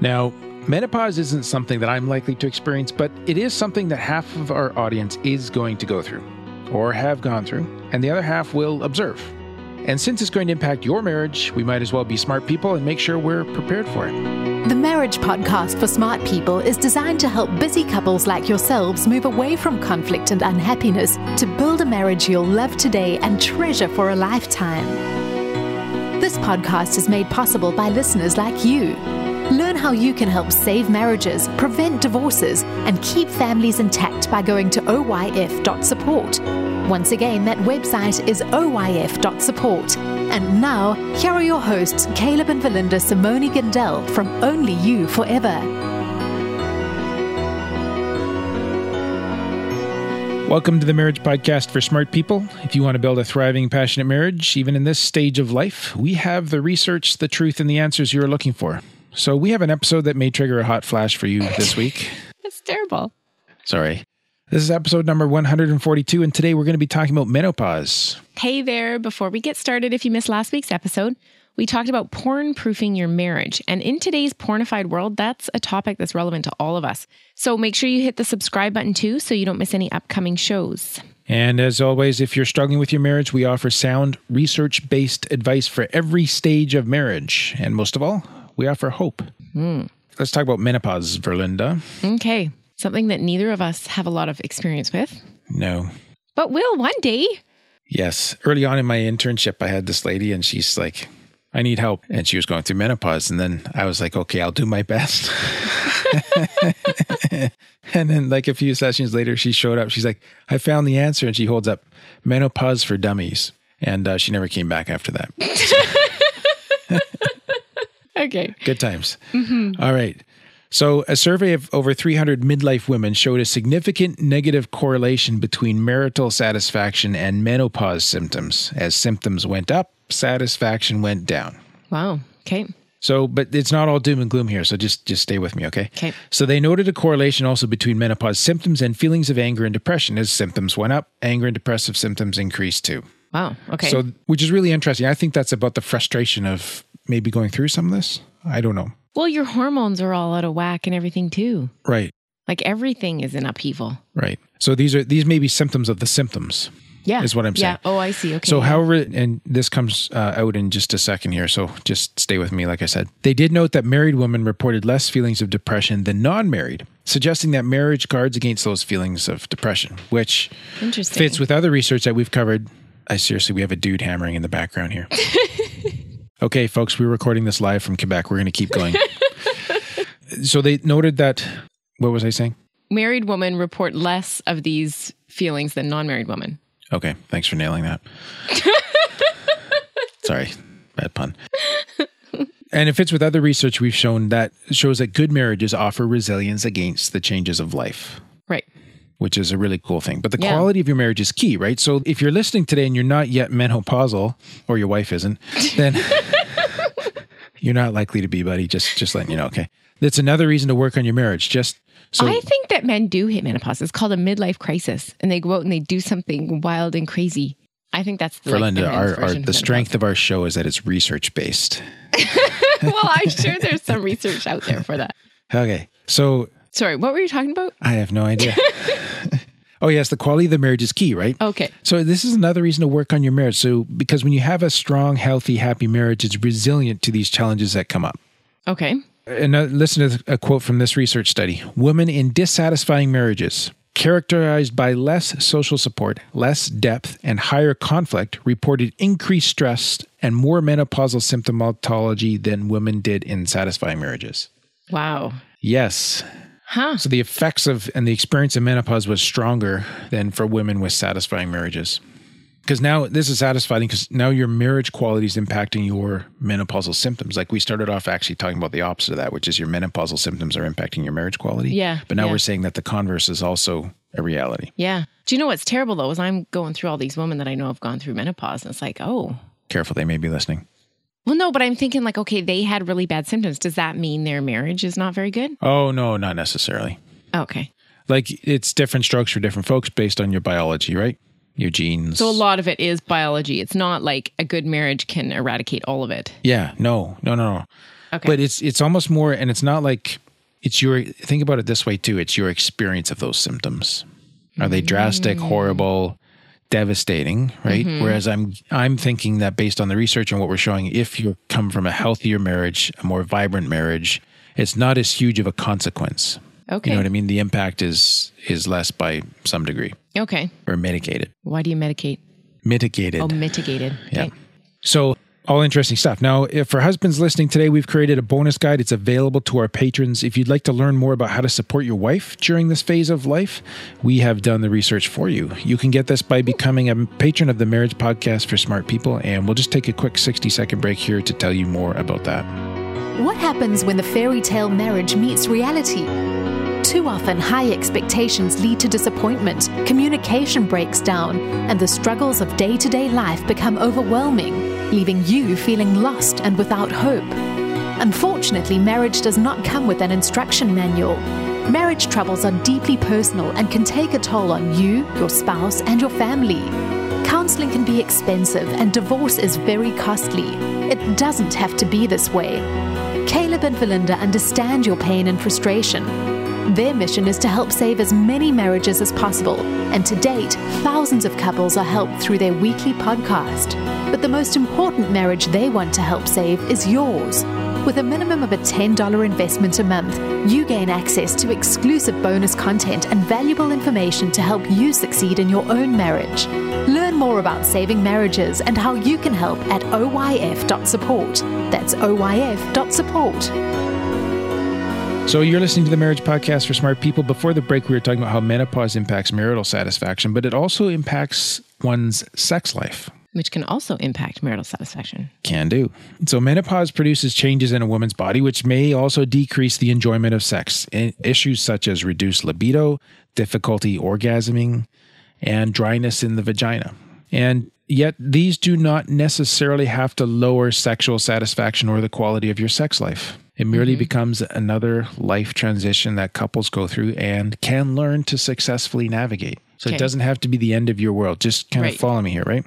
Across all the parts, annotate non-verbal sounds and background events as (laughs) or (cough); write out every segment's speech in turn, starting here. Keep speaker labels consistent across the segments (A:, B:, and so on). A: Now, menopause isn't something that I'm likely to experience, but it is something that half of our audience is going to go through, or have gone through, and the other half will observe. And since it's going to impact your marriage, we might as well be smart people and make sure we're prepared for it.
B: The Marriage Podcast for Smart People is designed to help busy couples like yourselves move away from conflict and unhappiness to build a marriage you'll love today and treasure for a lifetime. This podcast is made possible by listeners like you. Learn how you can help save marriages, prevent divorces, and keep families intact by going to oyf.support. Once again, that website is oyf.support. And now, here are your hosts, Caleb and Valinda Simone Gindel from Only You Forever.
A: Welcome to the Marriage Podcast for Smart People. If you want to build a thriving, passionate marriage, even in this stage of life, we have the research, the truth, and the answers you are looking for. So we have an episode that may trigger a hot flash for you this week.
C: That's terrible.
A: Sorry. This is episode number 142, and today we're going to be talking about menopause.
C: Hey there, before we get started, if you missed last week's episode, we talked about porn proofing your marriage. And in today's pornified world, that's a topic that's relevant to all of us. So make sure you hit the subscribe button too so you don't miss any upcoming shows.
A: And as always, if you're struggling with your marriage, we offer sound, research based advice for every stage of marriage. And most of all, we offer hope. Let's talk about menopause, Verlinda.
C: Okay, something that neither of us have a lot of experience with,
A: No,
C: but will one day.
A: Yes. Early on in my internship, I had this lady and she's like, I need help. And she was going through menopause. And then I was like, okay, I'll do my best. (laughs) and then, like a few sessions later, she showed up. She's like, I found the answer. And she holds up menopause for dummies. And uh, she never came back after that.
C: Okay.
A: Good times. All right. So, a survey of over 300 midlife women showed a significant negative correlation between marital satisfaction and menopause symptoms. As symptoms went up, satisfaction went down.
C: Wow. Okay.
A: So, but it's not all doom and gloom here. So just just stay with me, okay?
C: Okay.
A: So they noted a correlation also between menopause symptoms and feelings of anger and depression. As symptoms went up, anger and depressive symptoms increased too.
C: Wow. Okay.
A: So, which is really interesting. I think that's about the frustration of maybe going through some of this. I don't know.
C: well, your hormones are all out of whack and everything too.
A: Right.
C: Like everything is in upheaval.
A: Right. So these are these may be symptoms of the symptoms.
C: Yeah.
A: Is what I'm saying.
C: Yeah. Oh, I see. Okay.
A: So, however, and this comes uh, out in just a second here, so just stay with me, like I said. They did note that married women reported less feelings of depression than non married, suggesting that marriage guards against those feelings of depression, which
C: Interesting.
A: fits with other research that we've covered. I seriously, we have a dude hammering in the background here. okay, folks, we're recording this live from Quebec. We're going to keep going. so, they noted that, what was I saying?
C: married women report less of these feelings than non-married women.
A: Okay, thanks for nailing
C: (laughs)
A: that. Sorry, bad pun. And it fits with other research we've shown that shows that good marriages offer resilience against the changes of life,
C: Right.
A: which is a really cool thing. But the
C: Yeah.
A: quality of your marriage is key, right? So if you're listening today and you're not yet menopausal, or your wife isn't,
C: (laughs)
A: then you're not likely to be, buddy. Just just letting you know. Okay, that's another reason to work on your marriage. Just so
C: I think that men do hit menopause. It's called a midlife crisis, and they go out and they do something wild and crazy. I think that's the,
A: for
C: like,
A: Linda,
C: the men's
A: our, our
C: version of
A: the
C: menopause.
A: strength of our show is that it's research based.
C: (laughs)
A: (laughs)
C: well, I'm sure there's some research out there for that.
A: Okay, so
C: Sorry, what were you talking about?
A: I have no idea. (laughs) oh, yes, the quality of the marriage is key, right?
C: Okay.
A: So this is another reason to work on your marriage. So because when you have a strong, healthy, happy marriage, it's resilient to these challenges that come up.
C: Okay.
A: And uh, listen to a quote from this research study. Women in dissatisfying marriages characterized by less social support, less depth, and higher conflict reported increased stress and more menopausal symptomatology than women did in satisfying marriages.
C: Wow.
A: Yes,
C: Huh.
A: so the effects of and the experience of menopause was stronger than for women with satisfying marriages. Because now this is satisfying because now your marriage quality is impacting your menopausal symptoms. Like we started off actually talking about the opposite of that, which is your menopausal symptoms are impacting your marriage quality.
C: Yeah,
A: But now
C: yeah.
A: we're saying that the converse is also a reality.
C: Yeah. Do you know what's terrible though? Is I'm going through all these women that I know have gone through menopause, and it's like, oh,
A: Careful, they may be listening.
C: well, no, but I'm thinking like, okay, they had really bad symptoms. Does that mean their marriage is not very good?
A: Oh no, not necessarily.
C: Okay.
A: Like it's different strokes for different folks based on your biology, right? your genes.
C: So a lot of it is biology. It's not like a good marriage can eradicate all of it.
A: Yeah, no, no, no, no.
C: Okay.
A: But it's it's almost more, and it's not like it's your. Think about it this way too. It's your experience of those symptoms. Are they drastic,
C: Mm.
A: horrible, devastating? Right.
C: Mm-hmm.
A: Whereas I'm I'm thinking that based on the research and what we're showing, if you come from a healthier marriage, a more vibrant marriage, it's not as huge of a consequence.
C: okay.
A: You know what I mean? The impact is is less by some degree
C: Okay.
A: or mitigated.
C: Why do you medicate?
A: Mitigated.
C: Oh, mitigated.
A: Yeah.
C: Okay.
A: So all interesting stuff. Now, if for husbands listening today, we've created a bonus guide. It's available to our patrons. If you'd like to learn more about how to support your wife during this phase of life, we have done the research for you. You can get this by becoming a patron of the Marriage Podcast for Smart People. And we'll just take a quick 60 second break here to tell you more about that.
B: What happens when the fairy tale marriage meets reality? Too often, high expectations lead to disappointment, communication breaks down, and the struggles of day to day life become overwhelming, leaving you feeling lost and without hope. Unfortunately, marriage does not come with an instruction manual. Marriage troubles are deeply personal and can take a toll on you, your spouse, and your family. Counseling can be expensive and divorce is very costly. It doesn't have to be this way. Caleb and Valinda understand your pain and frustration. Their mission is to help save as many marriages as possible, and to date, thousands of couples are helped through their weekly podcast. But the most important marriage they want to help save is yours. With a minimum of a $10 investment a month, you gain access to exclusive bonus content and valuable information to help you succeed in your own marriage. Learn more about saving marriages and how you can help at oyf.support. That's oyf.support.
A: So you're listening to the Marriage Podcast for Smart People. Before the break, we were talking about how menopause impacts marital satisfaction, but it also impacts one's sex life.
C: Which can also impact marital satisfaction.
A: Can do. So, menopause produces changes in a woman's body, which may also decrease the enjoyment of sex. I- Issues such as reduced libido, difficulty orgasming, and dryness in the vagina. And yet, these do not necessarily have to lower sexual satisfaction or the quality of your sex life. It merely becomes another life transition that couples go through and can learn to successfully navigate. So,
C: Okay.
A: it doesn't have to be the end of your world. Just kind
C: Right.
A: of follow me here, right?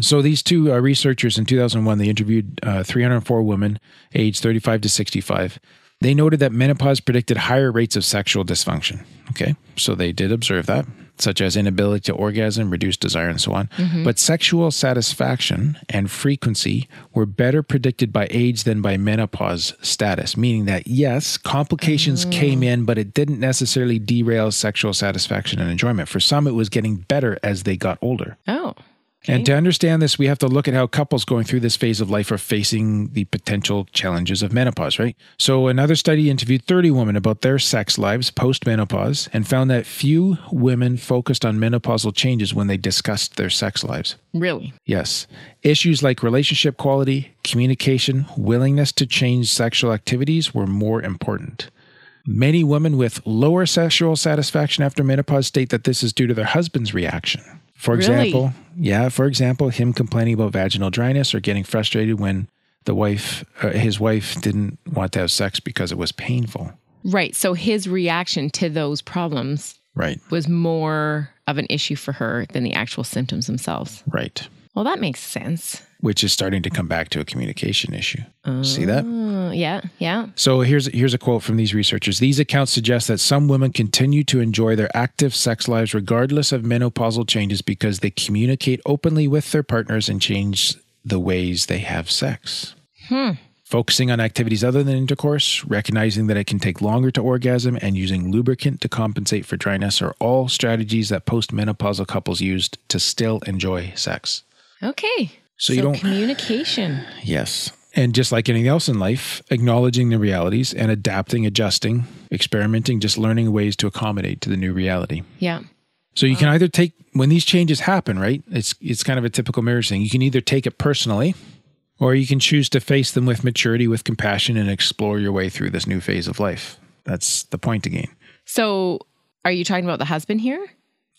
A: So these two uh, researchers in 2001, they interviewed uh, 304 women aged 35 to 65. They noted that menopause predicted higher rates of sexual dysfunction. Okay, so they did observe that, such as inability to orgasm, reduced desire, and so on. But sexual satisfaction and frequency were better predicted by age than by menopause status, meaning that yes, complications came in, but it didn't necessarily derail sexual satisfaction and enjoyment. For some, it was getting better as they got older.
C: Oh.
A: And to understand this, we have to look at how couples going through this phase of life are facing the potential challenges of menopause, right? So, another study interviewed 30 women about their sex lives post menopause and found that few women focused on menopausal changes when they discussed their sex lives.
C: Really?
A: Yes. Issues like relationship quality, communication, willingness to change sexual activities were more important. Many women with lower sexual satisfaction after menopause state that this is due to their husband's reaction. For
C: Really?
A: example, yeah, for example, him complaining about vaginal dryness or getting frustrated when the wife uh, his wife didn't want to have sex because it was painful.
C: Right. So his reaction to those problems
A: Right.
C: was more of an issue for her than the actual symptoms themselves.
A: Right.
C: Well, that makes sense.
A: Which is starting to come back to a communication issue. See that?
C: Uh, yeah. Yeah.
A: So here's here's a quote from these researchers. These accounts suggest that some women continue to enjoy their active sex lives regardless of menopausal changes because they communicate openly with their partners and change the ways they have sex. Focusing on activities other than intercourse, recognizing that it can take longer to orgasm, and using lubricant to compensate for dryness are all strategies that postmenopausal couples used to still enjoy sex.
C: Okay.
A: So you don't-
C: communication.
A: Yes. And just like anything else in life, acknowledging the realities and adapting, adjusting, experimenting, just learning ways to accommodate to the new reality.
C: Yeah.
A: So you can either take when these changes happen, right? It's it's kind of a typical marriage thing. You can either take it personally or you can choose to face them with maturity, with compassion and explore your way through this new phase of life. That's the point again.
C: So are you talking about the husband here?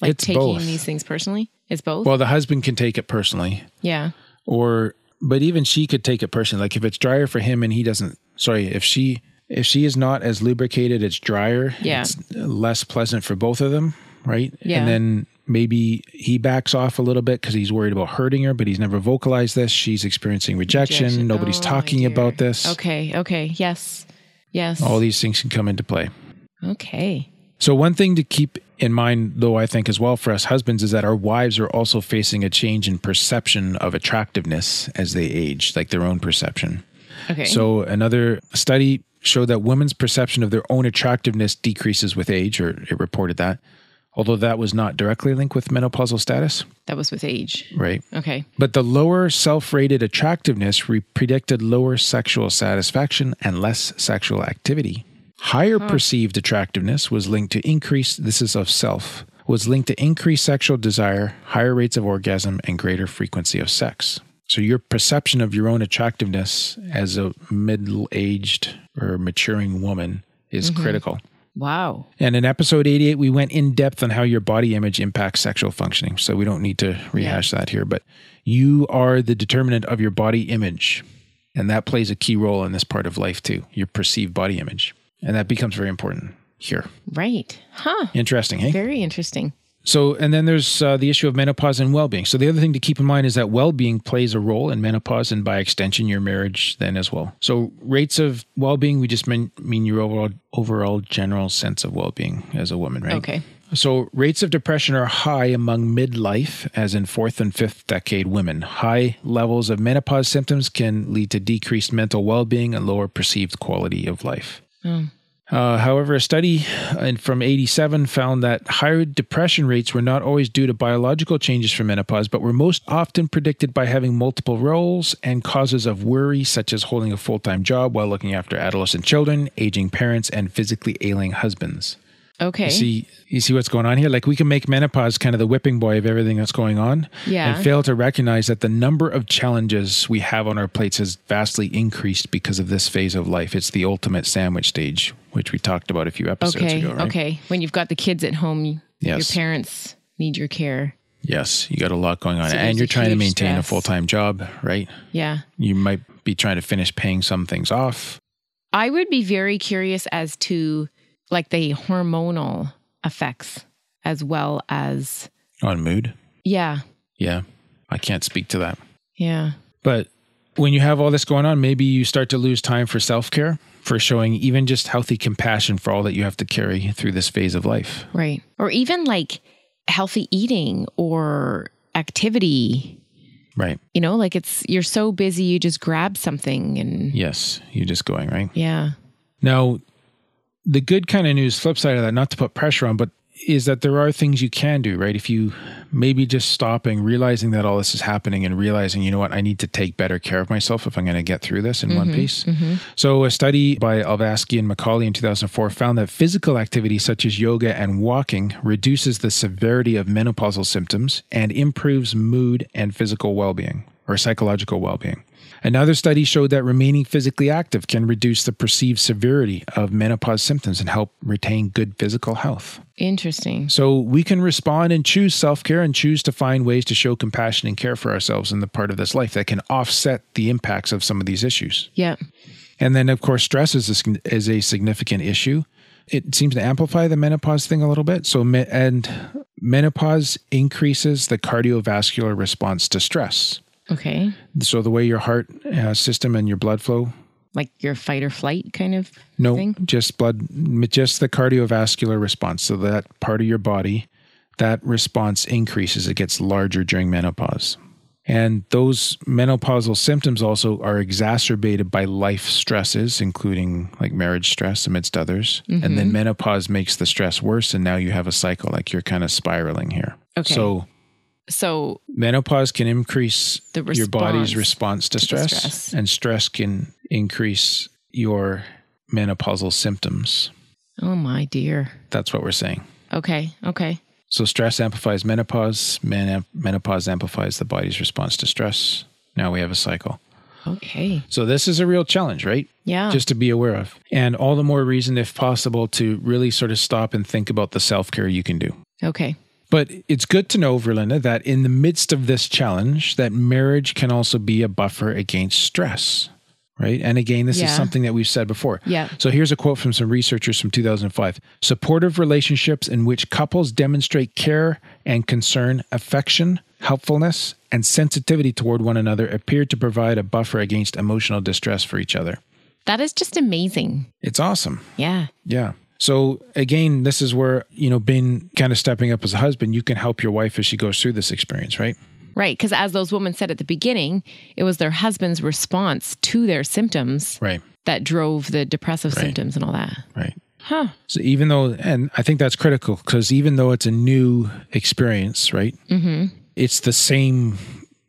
C: Like
A: It's
C: taking
A: both.
C: these things personally? It's both?
A: Well, the husband can take it personally
C: yeah.
A: or but even she could take it personally like if it's drier for him and he doesn't sorry if she if she is not as lubricated it's drier
C: Yeah.
A: it's less pleasant for both of them right
C: Yeah.
A: and then Maybe he backs off a little bit because he's worried about hurting her, but he's never vocalized this. She's experiencing rejection.
C: Rejection.
A: Nobody's
C: Oh, my
A: talking
C: dear.
A: about this.
C: Okay. Okay. Yes. Yes.
A: All these things can come into play.
C: okay.
A: So, one thing to keep in mind, though, I think as well for us husbands is that our wives are also facing a change in perception of attractiveness as they age, like their own perception.
C: Okay.
A: So, another study showed that women's perception of their own attractiveness decreases with age, or it reported that, although that was not directly linked with menopausal status,
C: that was with age.
A: right?
C: Okay.
A: But the lower self rated attractiveness re- predicted lower sexual satisfaction and less sexual activity. Higher perceived attractiveness was linked to increased, this is of self, was linked to increased sexual desire, higher rates of orgasm, and greater frequency of sex. So your perception of your own attractiveness as a middle aged or maturing woman is critical.
C: Wow.
A: And in episode 88, we went in depth on how your body image impacts sexual functioning. So we don't need to rehash that here, but you are the determinant of your body image. And that plays a key role in this part of life too, your perceived body image. And that becomes very important here.
C: Right. Huh.
A: Interesting, hey?
C: Very interesting.
A: So, and then there's uh, the issue of menopause and well being. So, the other thing to keep in mind is that well being plays a role in menopause and by extension, your marriage then as well. So, rates of well being, we just mean, mean your overall, overall general sense of well being as a woman, right?
C: Okay.
A: So, rates of depression are high among midlife, as in fourth and fifth decade women. High levels of menopause symptoms can lead to decreased mental well being and lower perceived quality of life. Uh, however, a study uh, in, from 87 found that higher depression rates were not always due to biological changes from menopause, but were most often predicted by having multiple roles and causes of worry, such as holding a full time job while looking after adolescent children, aging parents, and physically ailing husbands.
C: Okay.
A: You see, you see what's going on here. Like we can make menopause kind of the whipping boy of everything that's going on,
C: Yeah.
A: and fail to recognize that the number of challenges we have on our plates has vastly increased because of this phase of life. It's the ultimate sandwich stage, which we talked about a few episodes
C: okay.
A: ago. Right?
C: Okay. When you've got the kids at home, y-
A: Yes.
C: your parents need your care.
A: Yes, you got a lot going on,
C: So
A: and
C: there's
A: you're
C: a
A: trying to
C: huge
A: maintain a
C: stress.
A: full time job, right?
C: Yeah.
A: You might be trying to finish paying some things off.
C: I would be very curious as to like the hormonal effects as well as
A: On mood,
C: yeah.
A: yeah, I can't speak to that.
C: Yeah.
A: But when you have all this going on, maybe you start to lose time for self care, for showing even just healthy compassion for all that you have to carry through this phase of life.
C: Right. Or even like healthy eating or activity.
A: Right.
C: You know, like it's you're so busy you just grab something and
A: Yes. You're just going, right?
C: yeah.
A: Now, the good kind of news, flip side of that, not to put pressure on, but is that there are things you can do, right? If you maybe just stopping, realizing that all this is happening and realizing, you know what, I need to take better care of myself if I'm going to get through this in one piece. So, a study by Alvaski and Macaulay in 2004 found that physical activity such as yoga and walking reduces the severity of menopausal symptoms and improves mood and physical well being or psychological well being. Another study showed that remaining physically active can reduce the perceived severity of menopause symptoms and help retain good physical health.
C: Interesting.
A: So we can respond and choose self care and choose to find ways to show compassion and care for ourselves in the part of this life that can offset the impacts of some of these issues.
C: Yeah.
A: And then, of course, stress is a, is a significant issue. It seems to amplify the menopause thing a little bit. So, me, and menopause increases the cardiovascular response to stress.
C: Okay.
A: So, the way your heart uh, system and your blood flow
C: Like your fight or flight kind of
A: No,
C: thing?
A: just blood, m- just the cardiovascular response. So that part of your body, that response increases. It gets larger during menopause. And those menopausal symptoms also are exacerbated by life stresses, including like marriage stress, amidst others. And
C: Mm-hmm.
A: then menopause makes the stress worse. And now you have a cycle, like you're kind of spiraling here.
C: Okay.
A: So
C: So
A: menopause can increase
C: The
A: your body's response
C: response
A: to
C: to
A: stress,
C: stress.
A: and stress can increase your menopausal symptoms
C: oh my dear.
A: that's what we're saying
C: Okay. Okay.
A: so stress amplifies menopause men- menopause amplifies the body's response to stress now we have a cycle
C: Okay.
A: so this is a real challenge right
C: Yeah.
A: just to be aware of and all the more reason if possible to really sort of stop and think about the self-care you can do
C: okay.
A: But it's good to know, Verlinda, that in the midst of this challenge, that marriage can also be a buffer against stress, right? And again, this
C: Yeah.
A: is something that we've said before.
C: Yeah.
A: So here's a quote from some researchers from 2005 Supportive relationships in which couples demonstrate care and concern, affection, helpfulness, and sensitivity toward one another appear to provide a buffer against emotional distress for each other.
C: That is just amazing.
A: It's awesome.
C: Yeah.
A: Yeah. So again, this is where, you know, being kind of stepping up as a husband, you can help your wife as she goes through this experience, right?
C: Right. Because as those women said at the beginning, it was their husband's response to their symptoms
A: Right.
C: that drove the depressive symptoms and all that.
A: Right.
C: Huh.
A: So even though, and I think that's critical because even though it's a new experience, right? Mm-hmm. It's the same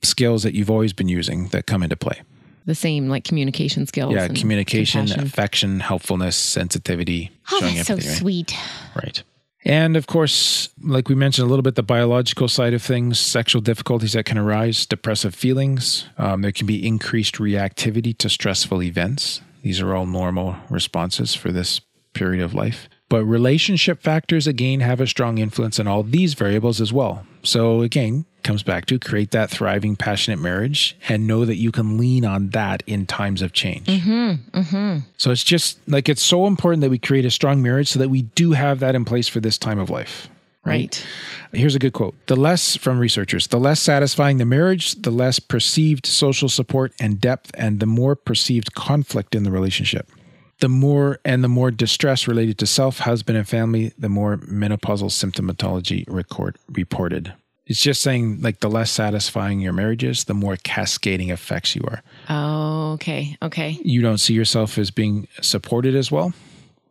A: skills that you've always been using that come into play.
C: The same like communication skills.
A: Yeah,
C: and
A: communication,
C: compassion.
A: affection, helpfulness, sensitivity,
C: Oh,
A: showing
C: that's so
A: empathy, right?
C: sweet.
A: Right. And of course, like we mentioned a little bit, the biological side of things, sexual difficulties that can arise, depressive feelings. Um, there can be increased reactivity to stressful events. These are all normal responses for this period of life. But relationship factors, again, have a strong influence on all these variables as well. So, again, comes back to create that thriving, passionate marriage and know that you can lean on that in times of change. So it's just like it's so important that we create a strong marriage so that we do have that in place for this time of life.
C: Right.
A: Here's a good quote The less from researchers, the less satisfying the marriage, the less perceived social support and depth, and the more perceived conflict in the relationship. The more and the more distress related to self, husband, and family, the more menopausal symptomatology record reported. It's just saying like the less satisfying your marriage is, the more cascading effects you are
C: Oh, okay. Okay.
A: you don't see yourself as being supported as well.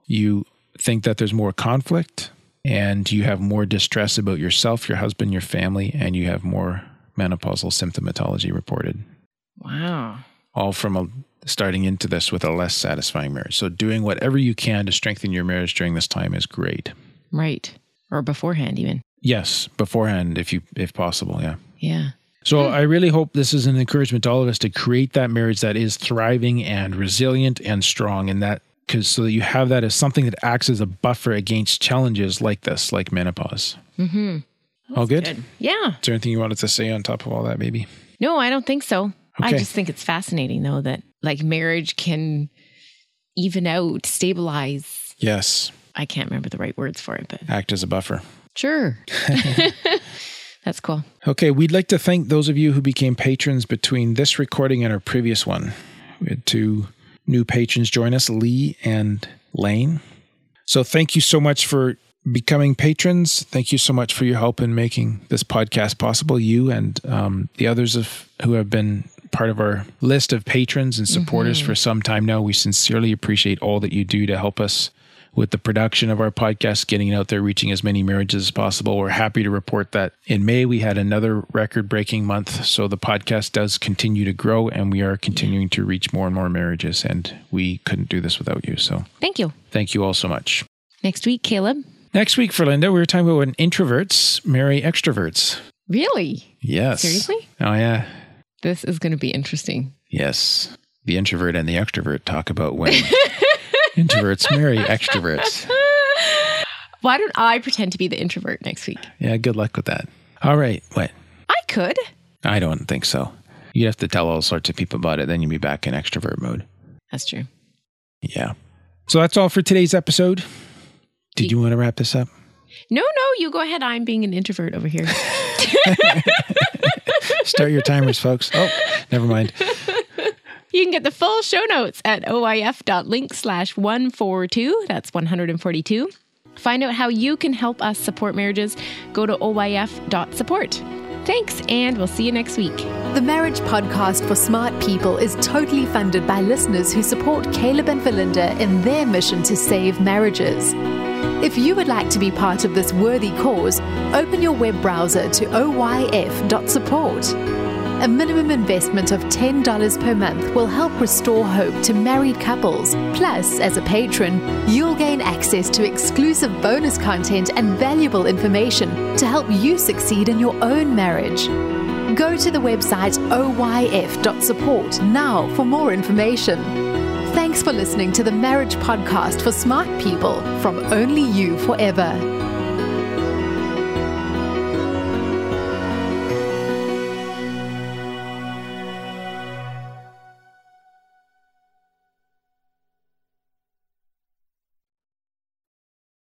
A: You think that there's more conflict and you have more distress about yourself, your husband, your family, and you have more menopausal symptomatology reported.
C: Wow.
A: All from a, starting into this with a less satisfying marriage. So, doing whatever you can to strengthen your marriage during this time is great.
C: Right. Or beforehand, even.
A: Yes, beforehand, if you if possible, yeah.
C: Yeah.
A: So I really hope this is an encouragement to all of us to create that marriage that is thriving and resilient and strong and that because so that you have that as something that acts as a buffer against challenges like this, like menopause. Mm-hmm. All good? Is
C: Yeah.
A: there anything you wanted to say on top of all that, baby?
C: No, I don't think so. I
A: Okay.
C: just think it's fascinating, though, that like marriage can even out, stabilize.
A: Yes.
C: I can't remember the right words for it, but
A: Act as a buffer.
C: sure. (laughs) That's cool.
A: Okay, we'd like to thank those of you who became patrons between this recording and our previous one. We had two new patrons join us, Lee and Lane. So thank you so much for becoming patrons. Thank you so much for your help in making this podcast possible. You and um, the others of who have been part of our list of patrons and supporters for some time now. We sincerely appreciate all that you do to help us with the production of our podcast, getting it out there, reaching as many marriages as possible. We're happy to report that in May we had another record breaking month. So the podcast does continue to grow and we are continuing to reach more and more marriages. And we couldn't do this without you. So
C: Thank you.
A: thank you all so much.
C: Next week, Caleb.
A: Next week for Linda, we were talking about when introverts marry extroverts.
C: Really?
A: Yes.
C: Seriously?
A: Oh, yeah.
C: This is going to be interesting.
A: Yes. The introvert and the extrovert talk about when introverts marry extroverts.
C: Why don't I pretend to be the introvert next week?
A: Yeah, good luck with that. All right. What?
C: I could.
A: I don't think so. You'd have to tell all sorts of people about it, then you'd be back in extrovert mode.
C: That's true.
A: Yeah. So that's all for today's episode. Did you want to wrap this up?
C: No, no, you go ahead. I'm being an introvert over here.
A: Start your timers, folks. Oh, never mind.
C: You can get the full show notes at oif.link slash 142. That's 142. Find out how you can help us support marriages. Go to oif.support. Thanks, and we'll see you next week.
B: The Marriage Podcast for Smart People is totally funded by listeners who support Caleb and Valinda in their mission to save marriages. If you would like to be part of this worthy cause, open your web browser to oyf.support. A minimum investment of $10 per month will help restore hope to married couples. Plus, as a patron, you'll gain access to exclusive bonus content and valuable information to help you succeed in your own marriage. Go to the website oyf.support now for more information. Thanks for listening to the Marriage Podcast for Smart People from Only You Forever.